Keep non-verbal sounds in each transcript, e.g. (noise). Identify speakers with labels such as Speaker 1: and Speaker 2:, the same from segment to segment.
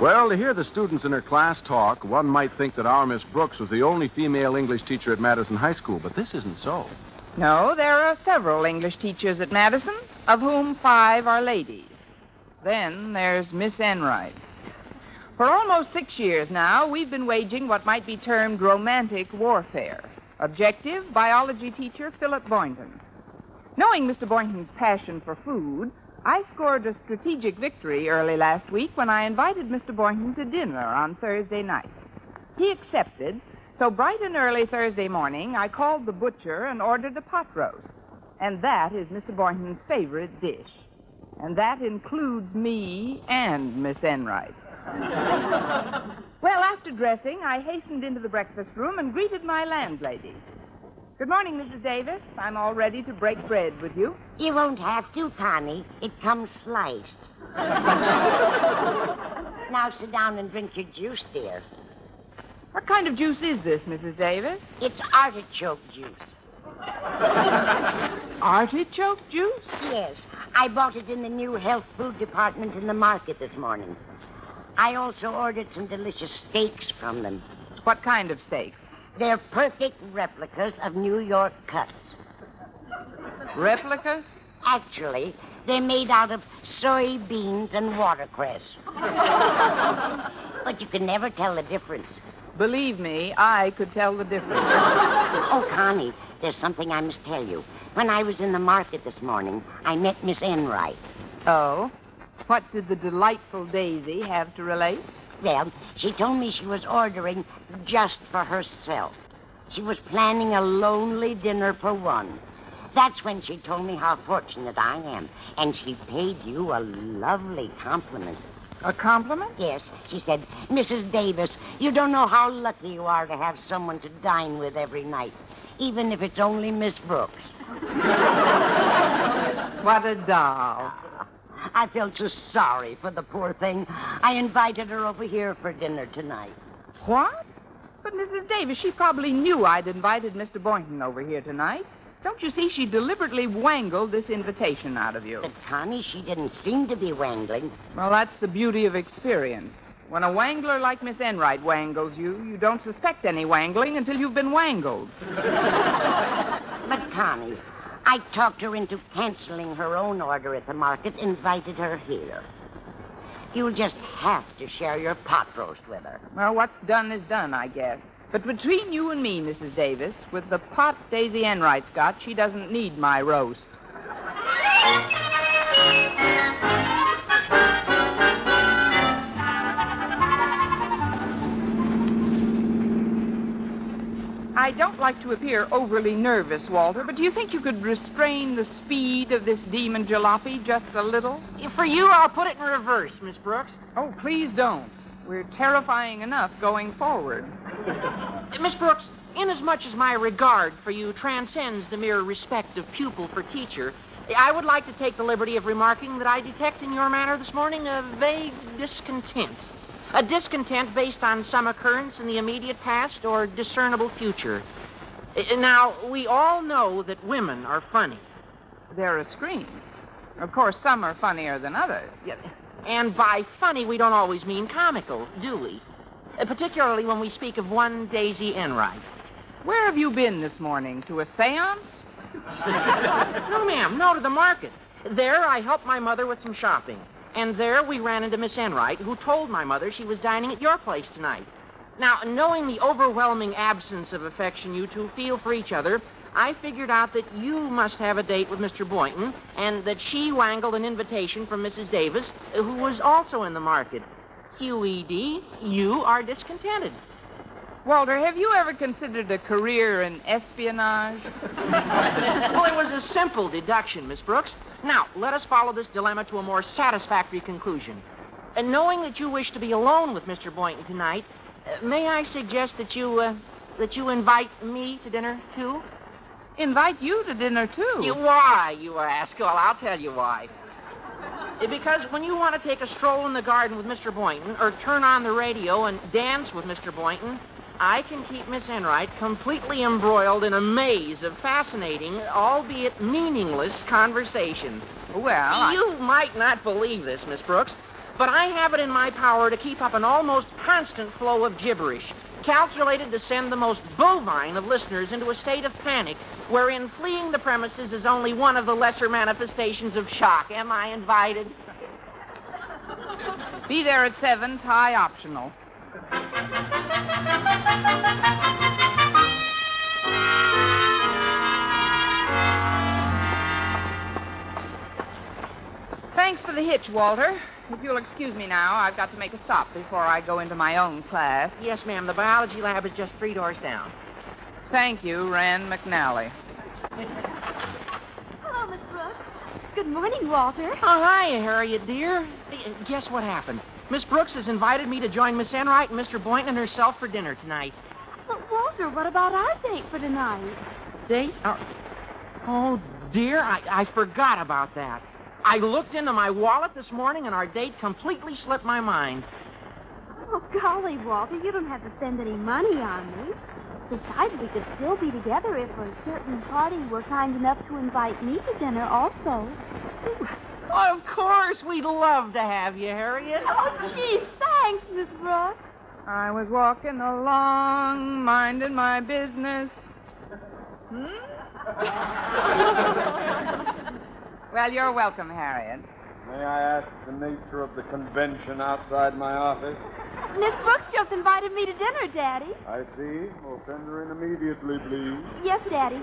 Speaker 1: Well, to hear the students in her class talk, one might think that our Miss Brooks was the only female English teacher at Madison High School, but this isn't so.
Speaker 2: No, there are several English teachers at Madison, of whom five are ladies. Then there's Miss Enright. For almost six years now, we've been waging what might be termed romantic warfare. Objective, biology teacher Philip Boynton. Knowing Mr. Boynton's passion for food, I scored a strategic victory early last week when I invited Mr. Boynton to dinner on Thursday night. He accepted, so bright and early Thursday morning, I called the butcher and ordered a pot roast. And that is Mr. Boynton's favorite dish. And that includes me and Miss Enright. well, after dressing, I hastened into the breakfast room and greeted my landlady. Good morning, Mrs. Davis. I'm all ready to break bread with you.
Speaker 3: You won't have to, Connie. It comes sliced. now sit down and drink your juice, dear.
Speaker 2: What kind of juice is this, Mrs. Davis?
Speaker 3: It's artichoke juice.
Speaker 2: Artichoke juice?
Speaker 3: Yes, I bought it in the new health food department in the market this morning. I also ordered some delicious steaks from them.
Speaker 2: What kind of steaks?
Speaker 3: They're perfect replicas of New York cuts.
Speaker 2: Replicas?
Speaker 3: Actually, they're made out of soybeans and watercress. but you can never tell the difference.
Speaker 2: Believe me, I could tell the difference.
Speaker 3: Oh, Connie, there's something I must tell you. When I was in the market this morning, I met Miss Enright.
Speaker 2: oh? What did the delightful Daisy have to relate?
Speaker 3: Well, she told me she was ordering just for herself. She was planning a lonely dinner for one. That's when she told me how fortunate I am. And she paid you a lovely compliment.
Speaker 2: A compliment?
Speaker 3: Yes, she said, Mrs. Davis, you don't know how lucky you are to have someone to dine with every night, even if it's only Miss Brooks.
Speaker 2: What a doll.
Speaker 3: I felt so sorry for the poor thing. I invited her over here for dinner tonight.
Speaker 2: What? But Mrs. Davis, she probably knew I'd invited Mr. Boynton over here tonight. Don't you see? She deliberately wangled this invitation out of you.
Speaker 3: But, Connie, she didn't seem to be wangling.
Speaker 2: Well, that's the beauty of experience. When a wangler like Miss Enright wangles you, you don't suspect any wangling until you've been wangled.
Speaker 3: But, Connie, I talked her into canceling her own order at the market, invited her here. You'll just have to share your pot roast with her.
Speaker 2: Well, what's done is done, I guess. But between you and me, Mrs. Davis, with the pot Daisy Enright's got, she doesn't need my roast. I don't like to appear overly nervous, Walter, but do you think you could restrain the speed of this demon jalopy just a little?
Speaker 4: For you, I'll put it in reverse, Miss Brooks.
Speaker 2: Oh, please don't. We're terrifying enough going forward.
Speaker 4: Uh, Miss Brooks, inasmuch as my regard for you transcends the mere respect of pupil for teacher, I would like to take the liberty of remarking that I detect in your manner this morning a vague discontent. A discontent based on some occurrence in the immediate past or discernible future. Uh, Now, we all know that women are funny.
Speaker 2: They're a scream. Of course, some are funnier than others.
Speaker 4: Yeah, And by funny, we don't always mean comical, do we? Uh, particularly when we speak of one Daisy Enright.
Speaker 2: Where have you been this morning? To a seance?
Speaker 4: (laughs) No, ma'am, no to the market. There, I helped my mother with some shopping. And there, we ran into Miss Enright, who told my mother she was dining at your place tonight. Now, knowing the overwhelming absence of affection you two feel for each other, I figured out that you must have a date with Mr. Boynton, and that she wangled an invitation from Mrs. Davis, uh, who was also in the market. QED, you are discontented.
Speaker 2: Walter, have you ever considered a career in espionage?
Speaker 4: Well, it was a simple deduction, Miss Brooks. Now, let us follow this dilemma to a more satisfactory conclusion. And knowing that you wish to be alone with Mr. Boynton tonight, uh, may I suggest that you uh, that you invite me to dinner too?
Speaker 2: Invite you to dinner, too.
Speaker 4: You, why, you ask? Well, I'll tell you why. Uh, Because when you want to take a stroll in the garden with Mr. Boynton, or turn on the radio and dance with Mr. Boynton, I can keep Miss Enright completely embroiled in a maze of fascinating, albeit meaningless, conversation.
Speaker 2: Well, I-
Speaker 4: You might not believe this, Miss Brooks, But I have it in my power to keep up an almost constant flow of gibberish, calculated to send the most bovine of listeners into a state of panic, wherein fleeing the premises is only one of the lesser manifestations of shock. Am I invited?
Speaker 2: Be there at 7, tie optional. Thanks for the hitch, Walter. If you'll excuse me now, I've got to make a stop before I go into my own class.
Speaker 4: Yes, ma'am. The biology lab is just three doors down.
Speaker 2: Thank you, Rand McNally.
Speaker 5: Hello, Miss Brooks. Good morning, Walter.
Speaker 4: Oh, hi, Harriet, dear. Uh, Guess what happened? Miss Brooks has invited me to join Miss Enright and Mr. Boynton and herself for dinner tonight.
Speaker 5: But, Walter, what about our date for tonight?
Speaker 4: Date? Oh, oh, dear, I, I forgot about that. I looked into my wallet this morning and our date completely slipped my mind.
Speaker 5: Oh, golly, Walter, you don't have to spend any money on me. Besides, we could still be together if a certain party were kind enough to invite me to dinner also.
Speaker 4: Of course, we'd love to have you, Harriet.
Speaker 5: Oh, gee, thanks, Miss Brooks.
Speaker 2: I was walking along, minding my business. Hmm? (laughs) well, you're welcome, Harriet.
Speaker 6: May I ask the nature of the convention outside my office?
Speaker 5: Miss Brooks just invited me to dinner, Daddy.
Speaker 6: I see. We'll send her in immediately, please.
Speaker 5: Yes, Daddy.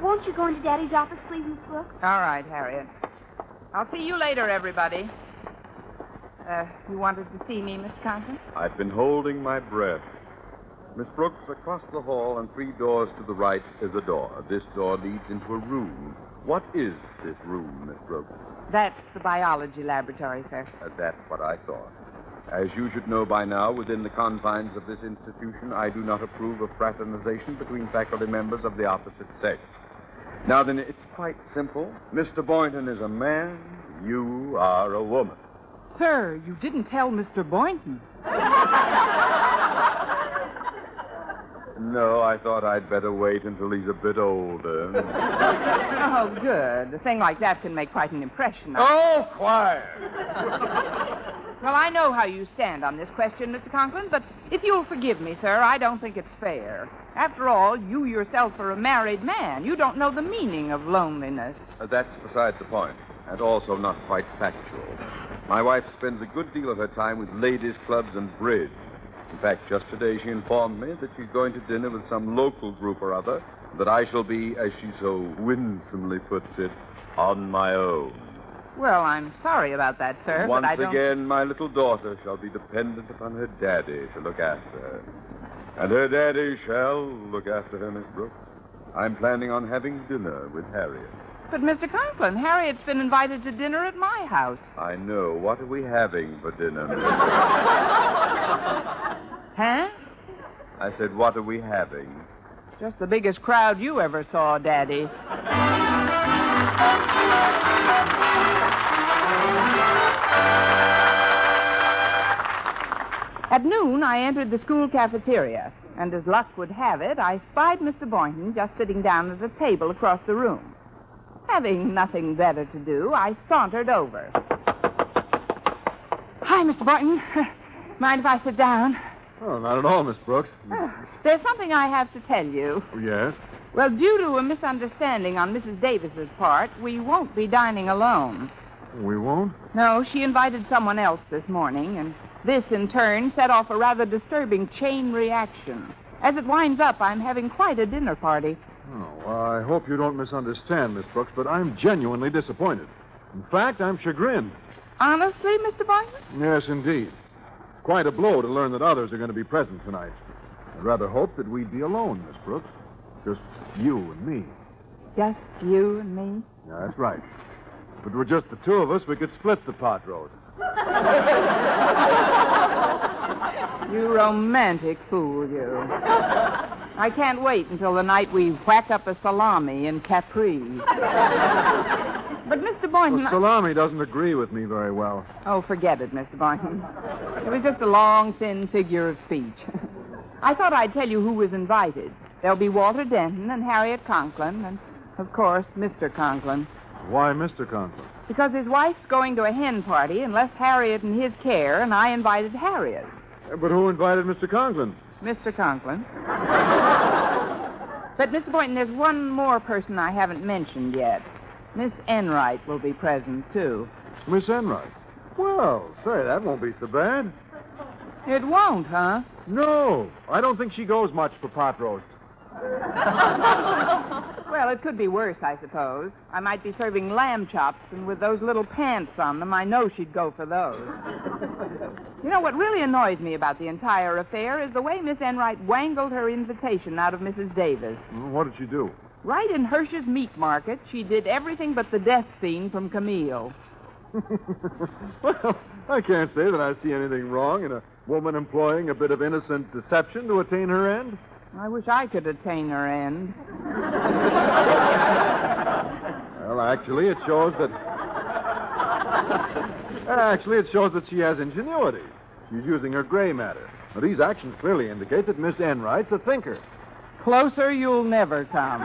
Speaker 5: Won't you go into Daddy's office, please, Miss Brooks?
Speaker 2: All right, Harriet. I'll see you later, everybody. Uh, you wanted to see me, Miss Conklin?
Speaker 6: I've been holding my breath. Miss Brooks, across the hall and three doors to the right is a door. This door leads into a room. What is this room, Miss Brooks?
Speaker 2: That's the biology laboratory, sir.
Speaker 6: Uh, that's what I thought. As you should know by now, within the confines of this institution, I do not approve of fraternization between faculty members of the opposite sex. Now then, it's quite simple. Mr. Boynton is a man, you are a woman.
Speaker 2: Sir, you didn't tell Mr. Boynton.
Speaker 6: No, I thought I'd better wait until he's a bit older.
Speaker 2: Oh, good. A thing like that can make quite an impression. on-
Speaker 6: (laughs) oh, quiet!
Speaker 2: Well, I know how you stand on this question, Mr. Conklin, but if you'll forgive me, sir, I don't think it's fair. After all, you yourself are a married man. You don't know the meaning of loneliness.
Speaker 6: Uh, that's beside the point, and also not quite factual. My wife spends a good deal of her time with ladies' clubs and bridge. In fact, just today she informed me that she's going to dinner with some local group or other, that I shall be, as she so winsomely puts it, on my own.
Speaker 2: Well, I'm sorry about that, sir.
Speaker 6: Once
Speaker 2: but I don't...
Speaker 6: again, my little daughter shall be dependent upon her daddy to look after her. And her daddy shall look after her, Miss Brooks. I'm planning on having dinner with Harriet.
Speaker 2: But, Mr. Conklin, Harriet's been invited to dinner at my house.
Speaker 6: I know. What are we having for dinner, Miss Brooks?
Speaker 2: Huh?
Speaker 6: I said, what are we having?
Speaker 2: Just the biggest crowd you ever saw, Daddy. At noon, I entered the school cafeteria, and as luck would have it, I spied Mr. Boynton just sitting down at a table across the room. Having nothing better to do, I sauntered over. Hi, Mr. Boynton. (laughs) Mind if I sit down?
Speaker 1: Oh, not at all, Miss Brooks. Oh,
Speaker 2: There's something I have to tell you.
Speaker 1: Yes?
Speaker 2: Well, due to a misunderstanding on Mrs. Davis's part, we won't be dining alone.
Speaker 1: We won't?
Speaker 2: No, she invited someone else this morning, and this in turn set off a rather disturbing chain reaction. As it winds up, I'm having quite a dinner party.
Speaker 1: Oh, well, I hope you don't misunderstand, Miss Brooks, but I'm genuinely disappointed. In fact, I'm chagrined.
Speaker 2: Honestly, Mr. Boynton?
Speaker 1: Yes, indeed. Quite a blow to learn that others are going to be present tonight. I'd rather hope that we'd be alone, Miss Brooks. Just you and me.
Speaker 2: Just you and me?
Speaker 1: Yeah, that's right. If it were just the two of us, we could split the pot roast.
Speaker 2: You romantic fool, you. I can't wait until the night we whack up a salami in Capri. but, Mr. Boynton.
Speaker 1: Well, salami doesn't agree with me very well.
Speaker 2: Oh, forget it, Mr. Boynton. It was just a long, thin figure of speech. (laughs) I thought I'd tell you who was invited. There'll be Walter Denton and Harriet Conklin and, of course, Mr. Conklin.
Speaker 1: Why, Mr. Conklin?
Speaker 2: Because his wife's going to a hen party and left Harriet in his care, and I invited Harriet.
Speaker 1: Eh, But who invited Mr. Conklin?
Speaker 2: Mr. Conklin. (laughs) but, Mr. Boynton, there's one more person I haven't mentioned yet. Miss Enright will be present, too.
Speaker 1: Miss Enright. Well, say, that won't be so bad.
Speaker 2: It won't, huh?
Speaker 1: No, I don't think she goes much for pot roast.
Speaker 2: Well, it could be worse, I suppose. I might be serving lamb chops, and with those little pants on them, I know she'd go for those. you know, what really annoys me about the entire affair is the way Miss Enright wangled her invitation out of Mrs. Davis.
Speaker 1: What did she do?
Speaker 2: Right in Hirsch's meat market, she did everything but the death scene from Camille.
Speaker 1: well, I can't say that I see anything wrong in a woman employing a bit of innocent deception to attain her end.
Speaker 2: I wish I could attain her end.
Speaker 1: Well, actually, it shows that. (laughs) Actually, it shows that she has ingenuity. She's using her gray matter. Now, these actions clearly indicate that Miss Enright's a thinker.
Speaker 2: Closer, you'll never come.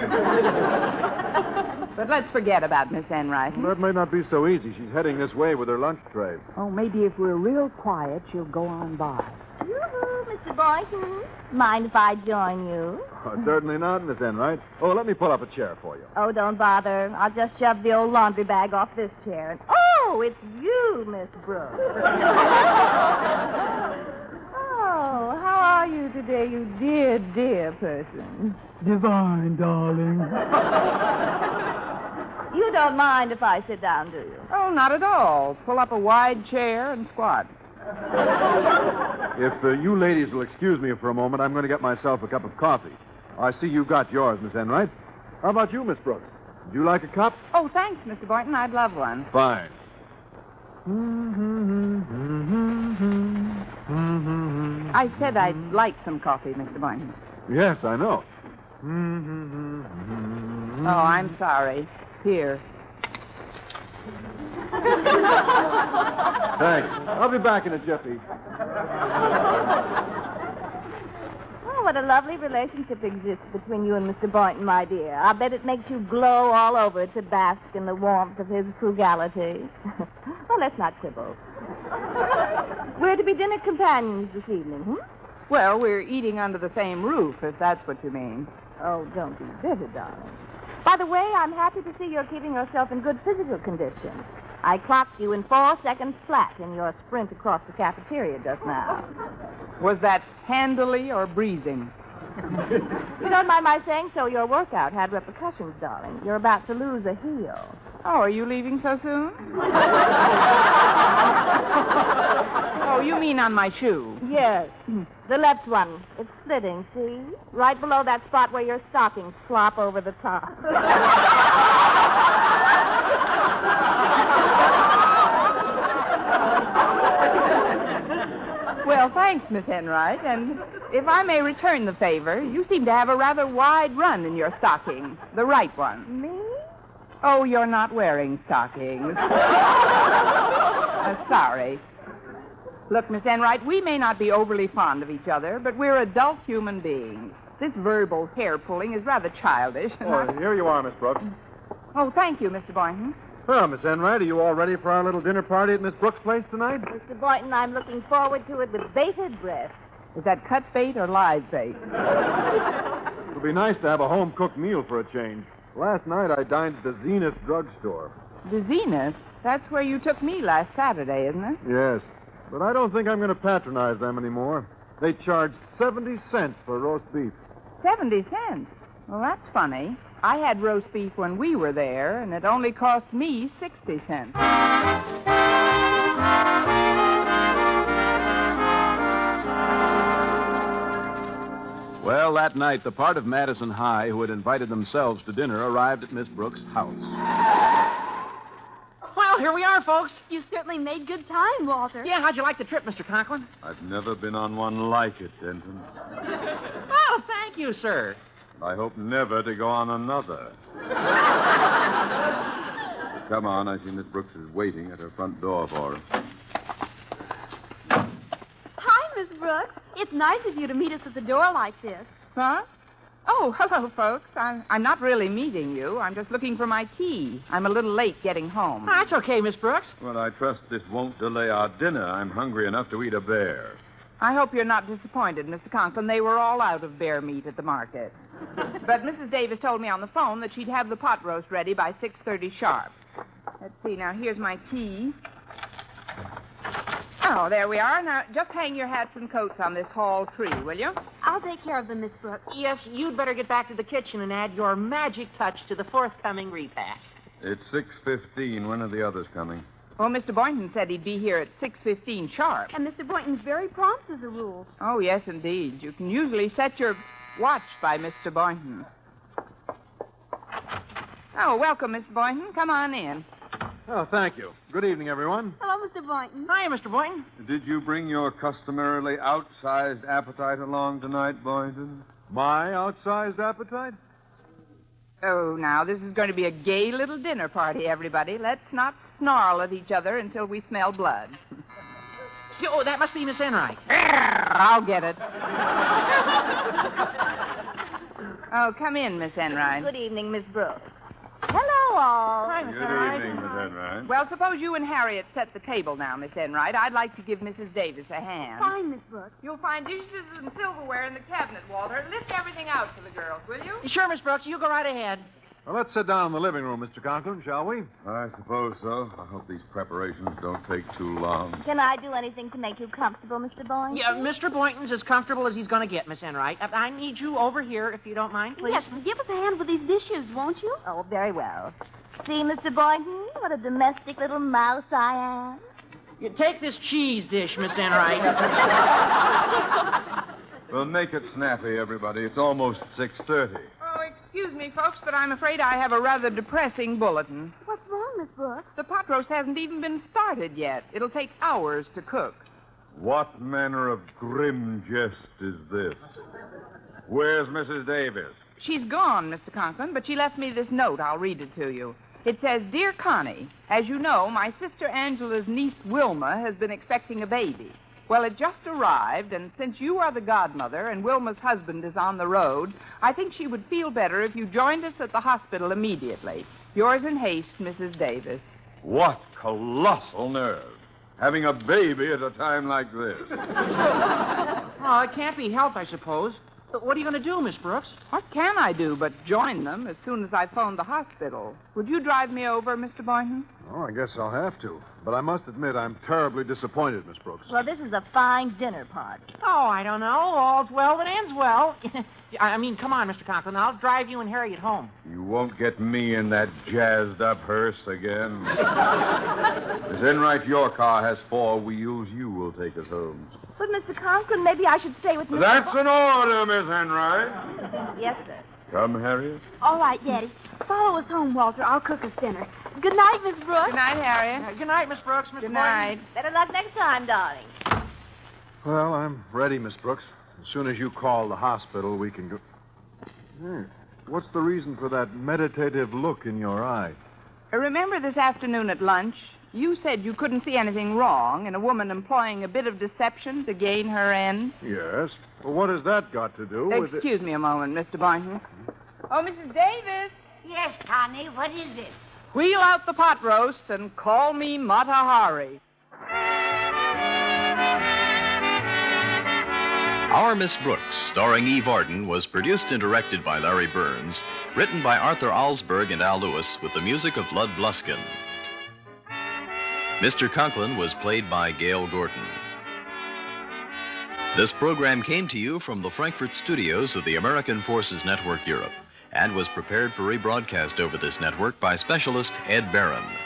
Speaker 2: but let's forget about Miss Enright.
Speaker 1: That may not be so easy. She's heading this way with her lunch tray. (laughs)
Speaker 2: Oh, maybe if we're real quiet, she'll go on by.
Speaker 5: Yoo-hoo, Mr. Boynton. Mind if I join you?
Speaker 1: Oh, certainly not, Miss Enright. Oh, let me pull up a chair for you.
Speaker 5: Oh, don't bother. I'll just shove the old laundry bag off this chair. And oh, it's you, Miss
Speaker 2: (laughs)
Speaker 5: Brooks. oh, how are you today, you dear, dear person?
Speaker 2: Divine, darling.
Speaker 5: You don't mind if I sit down, do you?
Speaker 2: Oh, not at all. Pull up a wide chair and squat.
Speaker 1: If uh, you ladies will excuse me for a moment, I'm going to get myself a cup of coffee. I see you got yours, Miss Enright. How about you, Miss Brooks? Would you like a cup?
Speaker 2: Oh, thanks, Mr. Boynton. I'd love one.
Speaker 1: Fine.
Speaker 2: I said I'd like some coffee, Mr. Boynton.
Speaker 1: Yes, I know.
Speaker 2: Oh, I'm sorry. Here.
Speaker 1: Thanks. I'll be back in a jiffy.
Speaker 5: Oh, what a lovely relationship exists between you and Mr. Boynton, my dear. I bet it makes you glow all over to bask in the warmth of his frugality. (laughs) well, let's not quibble. (laughs) We're to be dinner companions this evening, hmm?
Speaker 2: Well, we're eating under the same roof, if that's what you mean.
Speaker 5: Oh, don't be bitter, darling. By the way, I'm happy to see you're keeping yourself in good physical condition. I clocked you in four seconds flat in your sprint across the cafeteria just now.
Speaker 2: Was that handily or breathing?
Speaker 5: You don't mind my saying so. Your workout had repercussions, darling. You're about to lose a heel.
Speaker 2: Oh, are you leaving so soon? oh, you mean on my shoe?
Speaker 5: Yes. The left one. It's slitting, see? Right below that spot where your stockings flop over the top.
Speaker 2: Well, thanks, Miss Enright. And if I may return the favor, you seem to have a rather wide run in your stocking, the right one.
Speaker 5: Me?
Speaker 2: Oh, you're not wearing stockings. Uh, sorry. Look, Miss Enright, we may not be overly fond of each other, but we're adult human beings. This verbal hair pulling is rather childish. and I-
Speaker 1: Oh, here you are, Miss Brooks.
Speaker 2: (laughs) oh, thank you, Mr. Boynton.
Speaker 1: Well, Miss Enright, are you all ready for our little dinner party at Miss Brooks' place tonight?
Speaker 5: Mr. Boynton, I'm looking forward to it with bated breath.
Speaker 2: Is that cut bait or live bait?
Speaker 1: It'll be nice to have a home cooked meal for a change. Last night I dined at the Zenith drugstore.
Speaker 2: The Zenith? That's where you took me last Saturday, isn't it?
Speaker 1: Yes, but I don't think I'm going to patronize them anymore. They charge 70 cents for roast beef.
Speaker 2: 70 cents. Well, that's funny. I had roast beef when we were there, and it only cost me 60 cents.
Speaker 7: Well, that night, the part of Madison High who had invited themselves to dinner arrived at Miss Brooks' house.
Speaker 4: Well, here we are, folks.
Speaker 5: You certainly made good time, Walter.
Speaker 4: Yeah, how'd you like the trip, Mr. Conklin?
Speaker 6: I've never been on one like it, Denton.
Speaker 4: Oh, thank you, sir.
Speaker 6: I hope never to go
Speaker 1: (laughs)
Speaker 6: on another. Come on, I see Miss Brooks is waiting at her front door for us.
Speaker 5: Hi, Miss Brooks. It's nice of you to meet us at the door like this.
Speaker 2: Huh? Oh, (laughs) hello, folks. I'm, I'm not really meeting you. I'm just looking for my key. I'm a little late getting home.
Speaker 4: That's okay, Miss Brooks.
Speaker 6: Well, I trust this won't delay our dinner. I'm hungry enough to eat a bear.
Speaker 2: I hope you're not disappointed, Mr. Conklin. They were all out of bear meat at the market. but Mrs. Davis told me on the phone that she'd have the pot roast ready by 6.30 sharp. Let's see. Now, here's my key. Oh, there we are. Now, just hang your hats and coats on this hall tree, will you?
Speaker 8: I'll take care of them, Miss Brooks.
Speaker 4: Yes, you'd better get back to the kitchen and add your magic touch to the forthcoming repast.
Speaker 6: It's 6.15. When are the others coming?
Speaker 2: Well, Mr. Oh, Boynton said he'd be here at 6.15 sharp.
Speaker 8: And Mr. Boynton's very prompt as a rule.
Speaker 2: Oh, yes, indeed. You can usually set your watch by Mr. Boynton. Oh, welcome, Mr. Boynton. Come on in.
Speaker 1: Oh, thank you. Good evening, everyone.
Speaker 8: Hello, Mr. Boynton.
Speaker 4: Hi, Mr. Boynton.
Speaker 6: Did you bring your customarily outsized appetite along tonight, Boynton?
Speaker 1: My outsized appetite?
Speaker 2: Oh, now, this is going to be a gay little dinner party, everybody. Let's not snarl at each other until we smell blood.
Speaker 4: Oh, that must be Miss Enright.
Speaker 2: I'll get it. oh, come in, Miss Enright.
Speaker 5: Good evening, Miss Brooks. Hello, all.
Speaker 6: Good evening, Miss Enright.
Speaker 2: Well, suppose you and Harriet set the table now, Miss Enright. I'd like to give Mrs. Davis a hand.
Speaker 8: Fine, Miss Brooks.
Speaker 2: You'll find dishes and silverware in the cabinet, Walter. Lift everything out for the girls, will you?
Speaker 4: Sure, Miss Brooks, you go right ahead.
Speaker 1: Well, let's sit down in the living room, Mr. Conklin, shall we?
Speaker 6: I suppose so. I hope these preparations don't take too long.
Speaker 5: Can I do anything to make you comfortable, Mr. Boynton?
Speaker 4: Yeah, Mr. Boynton's as comfortable as he's going to get, Miss Enright. Uh, I- I need you over here, if you don't mind, please.
Speaker 8: Yes, give us a hand with these dishes, won't you?
Speaker 5: Oh, very well. See, Mr. Boynton, what a domestic little mouse I am.
Speaker 4: You take this cheese dish, Miss Enright.
Speaker 6: Well, make it snappy, everybody. It's almost 6.30.
Speaker 2: Oh, excuse me, folks, but I'm afraid I have a rather depressing bulletin.
Speaker 8: What's wrong, Miss Brooks?
Speaker 2: The pot roast hasn't even been started yet. It'll take hours to cook.
Speaker 6: What manner of grim jest is this? Where's Mrs. Davis?
Speaker 2: She's gone, Mr. Conklin, but she left me this note. I'll read it to you. It says, Dear Connie, as you know, my sister Angela's niece Wilma has been expecting a baby. Well, it just arrived, and since you are the godmother and Wilma's husband is on the road, I think she would feel better if you joined us at the hospital immediately. Yours in haste, Mrs. Davis.
Speaker 6: What colossal nerve. Having a baby at a time like this.
Speaker 4: Oh, it can't be helped, I suppose. But What are you going to do, Miss Brooks?
Speaker 2: What can I do but join them as soon as I phone the hospital? Would you drive me over, Mr. Boynton?
Speaker 1: Oh, I guess I'll have to. But I must admit, I'm terribly disappointed, Miss Brooks.
Speaker 5: Well, this is a fine dinner party.
Speaker 4: Oh, I don't know. All's well that ends well. (laughs) I mean, come on, Mr. Conklin. I'll drive you and Harriet home.
Speaker 6: You won't get me in that jazzed up
Speaker 5: (laughs)
Speaker 6: hearse again. Miss Enright, your car has four wheels. You will take us home.
Speaker 5: But, Mr. Conklin, maybe I should stay with Mr.
Speaker 6: That's an order, Miss Enright.
Speaker 5: Bo- yes, sir.
Speaker 6: Come, Harriet.
Speaker 8: All right, Daddy. Follow us home, Walter. I'll cook us dinner. Good night, Miss Brooks.
Speaker 2: Good night, Harriet.
Speaker 4: Uh, good night, Miss Brooks, Miss
Speaker 2: Good
Speaker 4: Boynton.
Speaker 2: night.
Speaker 5: Better luck next time, darling.
Speaker 1: Well, I'm ready, Miss Brooks. As soon as you call the hospital, we can go. Hmm. What's the reason for that meditative look in your eye?
Speaker 2: Uh, Remember this afternoon at lunch? You said you couldn't see anything wrong in a woman employing a bit of deception to gain her end.
Speaker 1: Yes. Well, what has that got to do with it?
Speaker 2: Excuse me a moment, Mr. Boynton. Oh, Mrs. Davis,
Speaker 3: Yes, Connie, what is it?
Speaker 2: wheel out the pot roast and call me Matahari.
Speaker 9: Our Miss Brooks, starring Eve Arden, was produced and directed by Larry Burns, written by Arthur Alsberg and Al Lewis, with the music of Lud Bluskin. Mr. Conklin was played by Gail Gordon. This program came to you from the Frankfurt studios of the American Forces Network Europe and was prepared for rebroadcast over this network by specialist Ed Barron.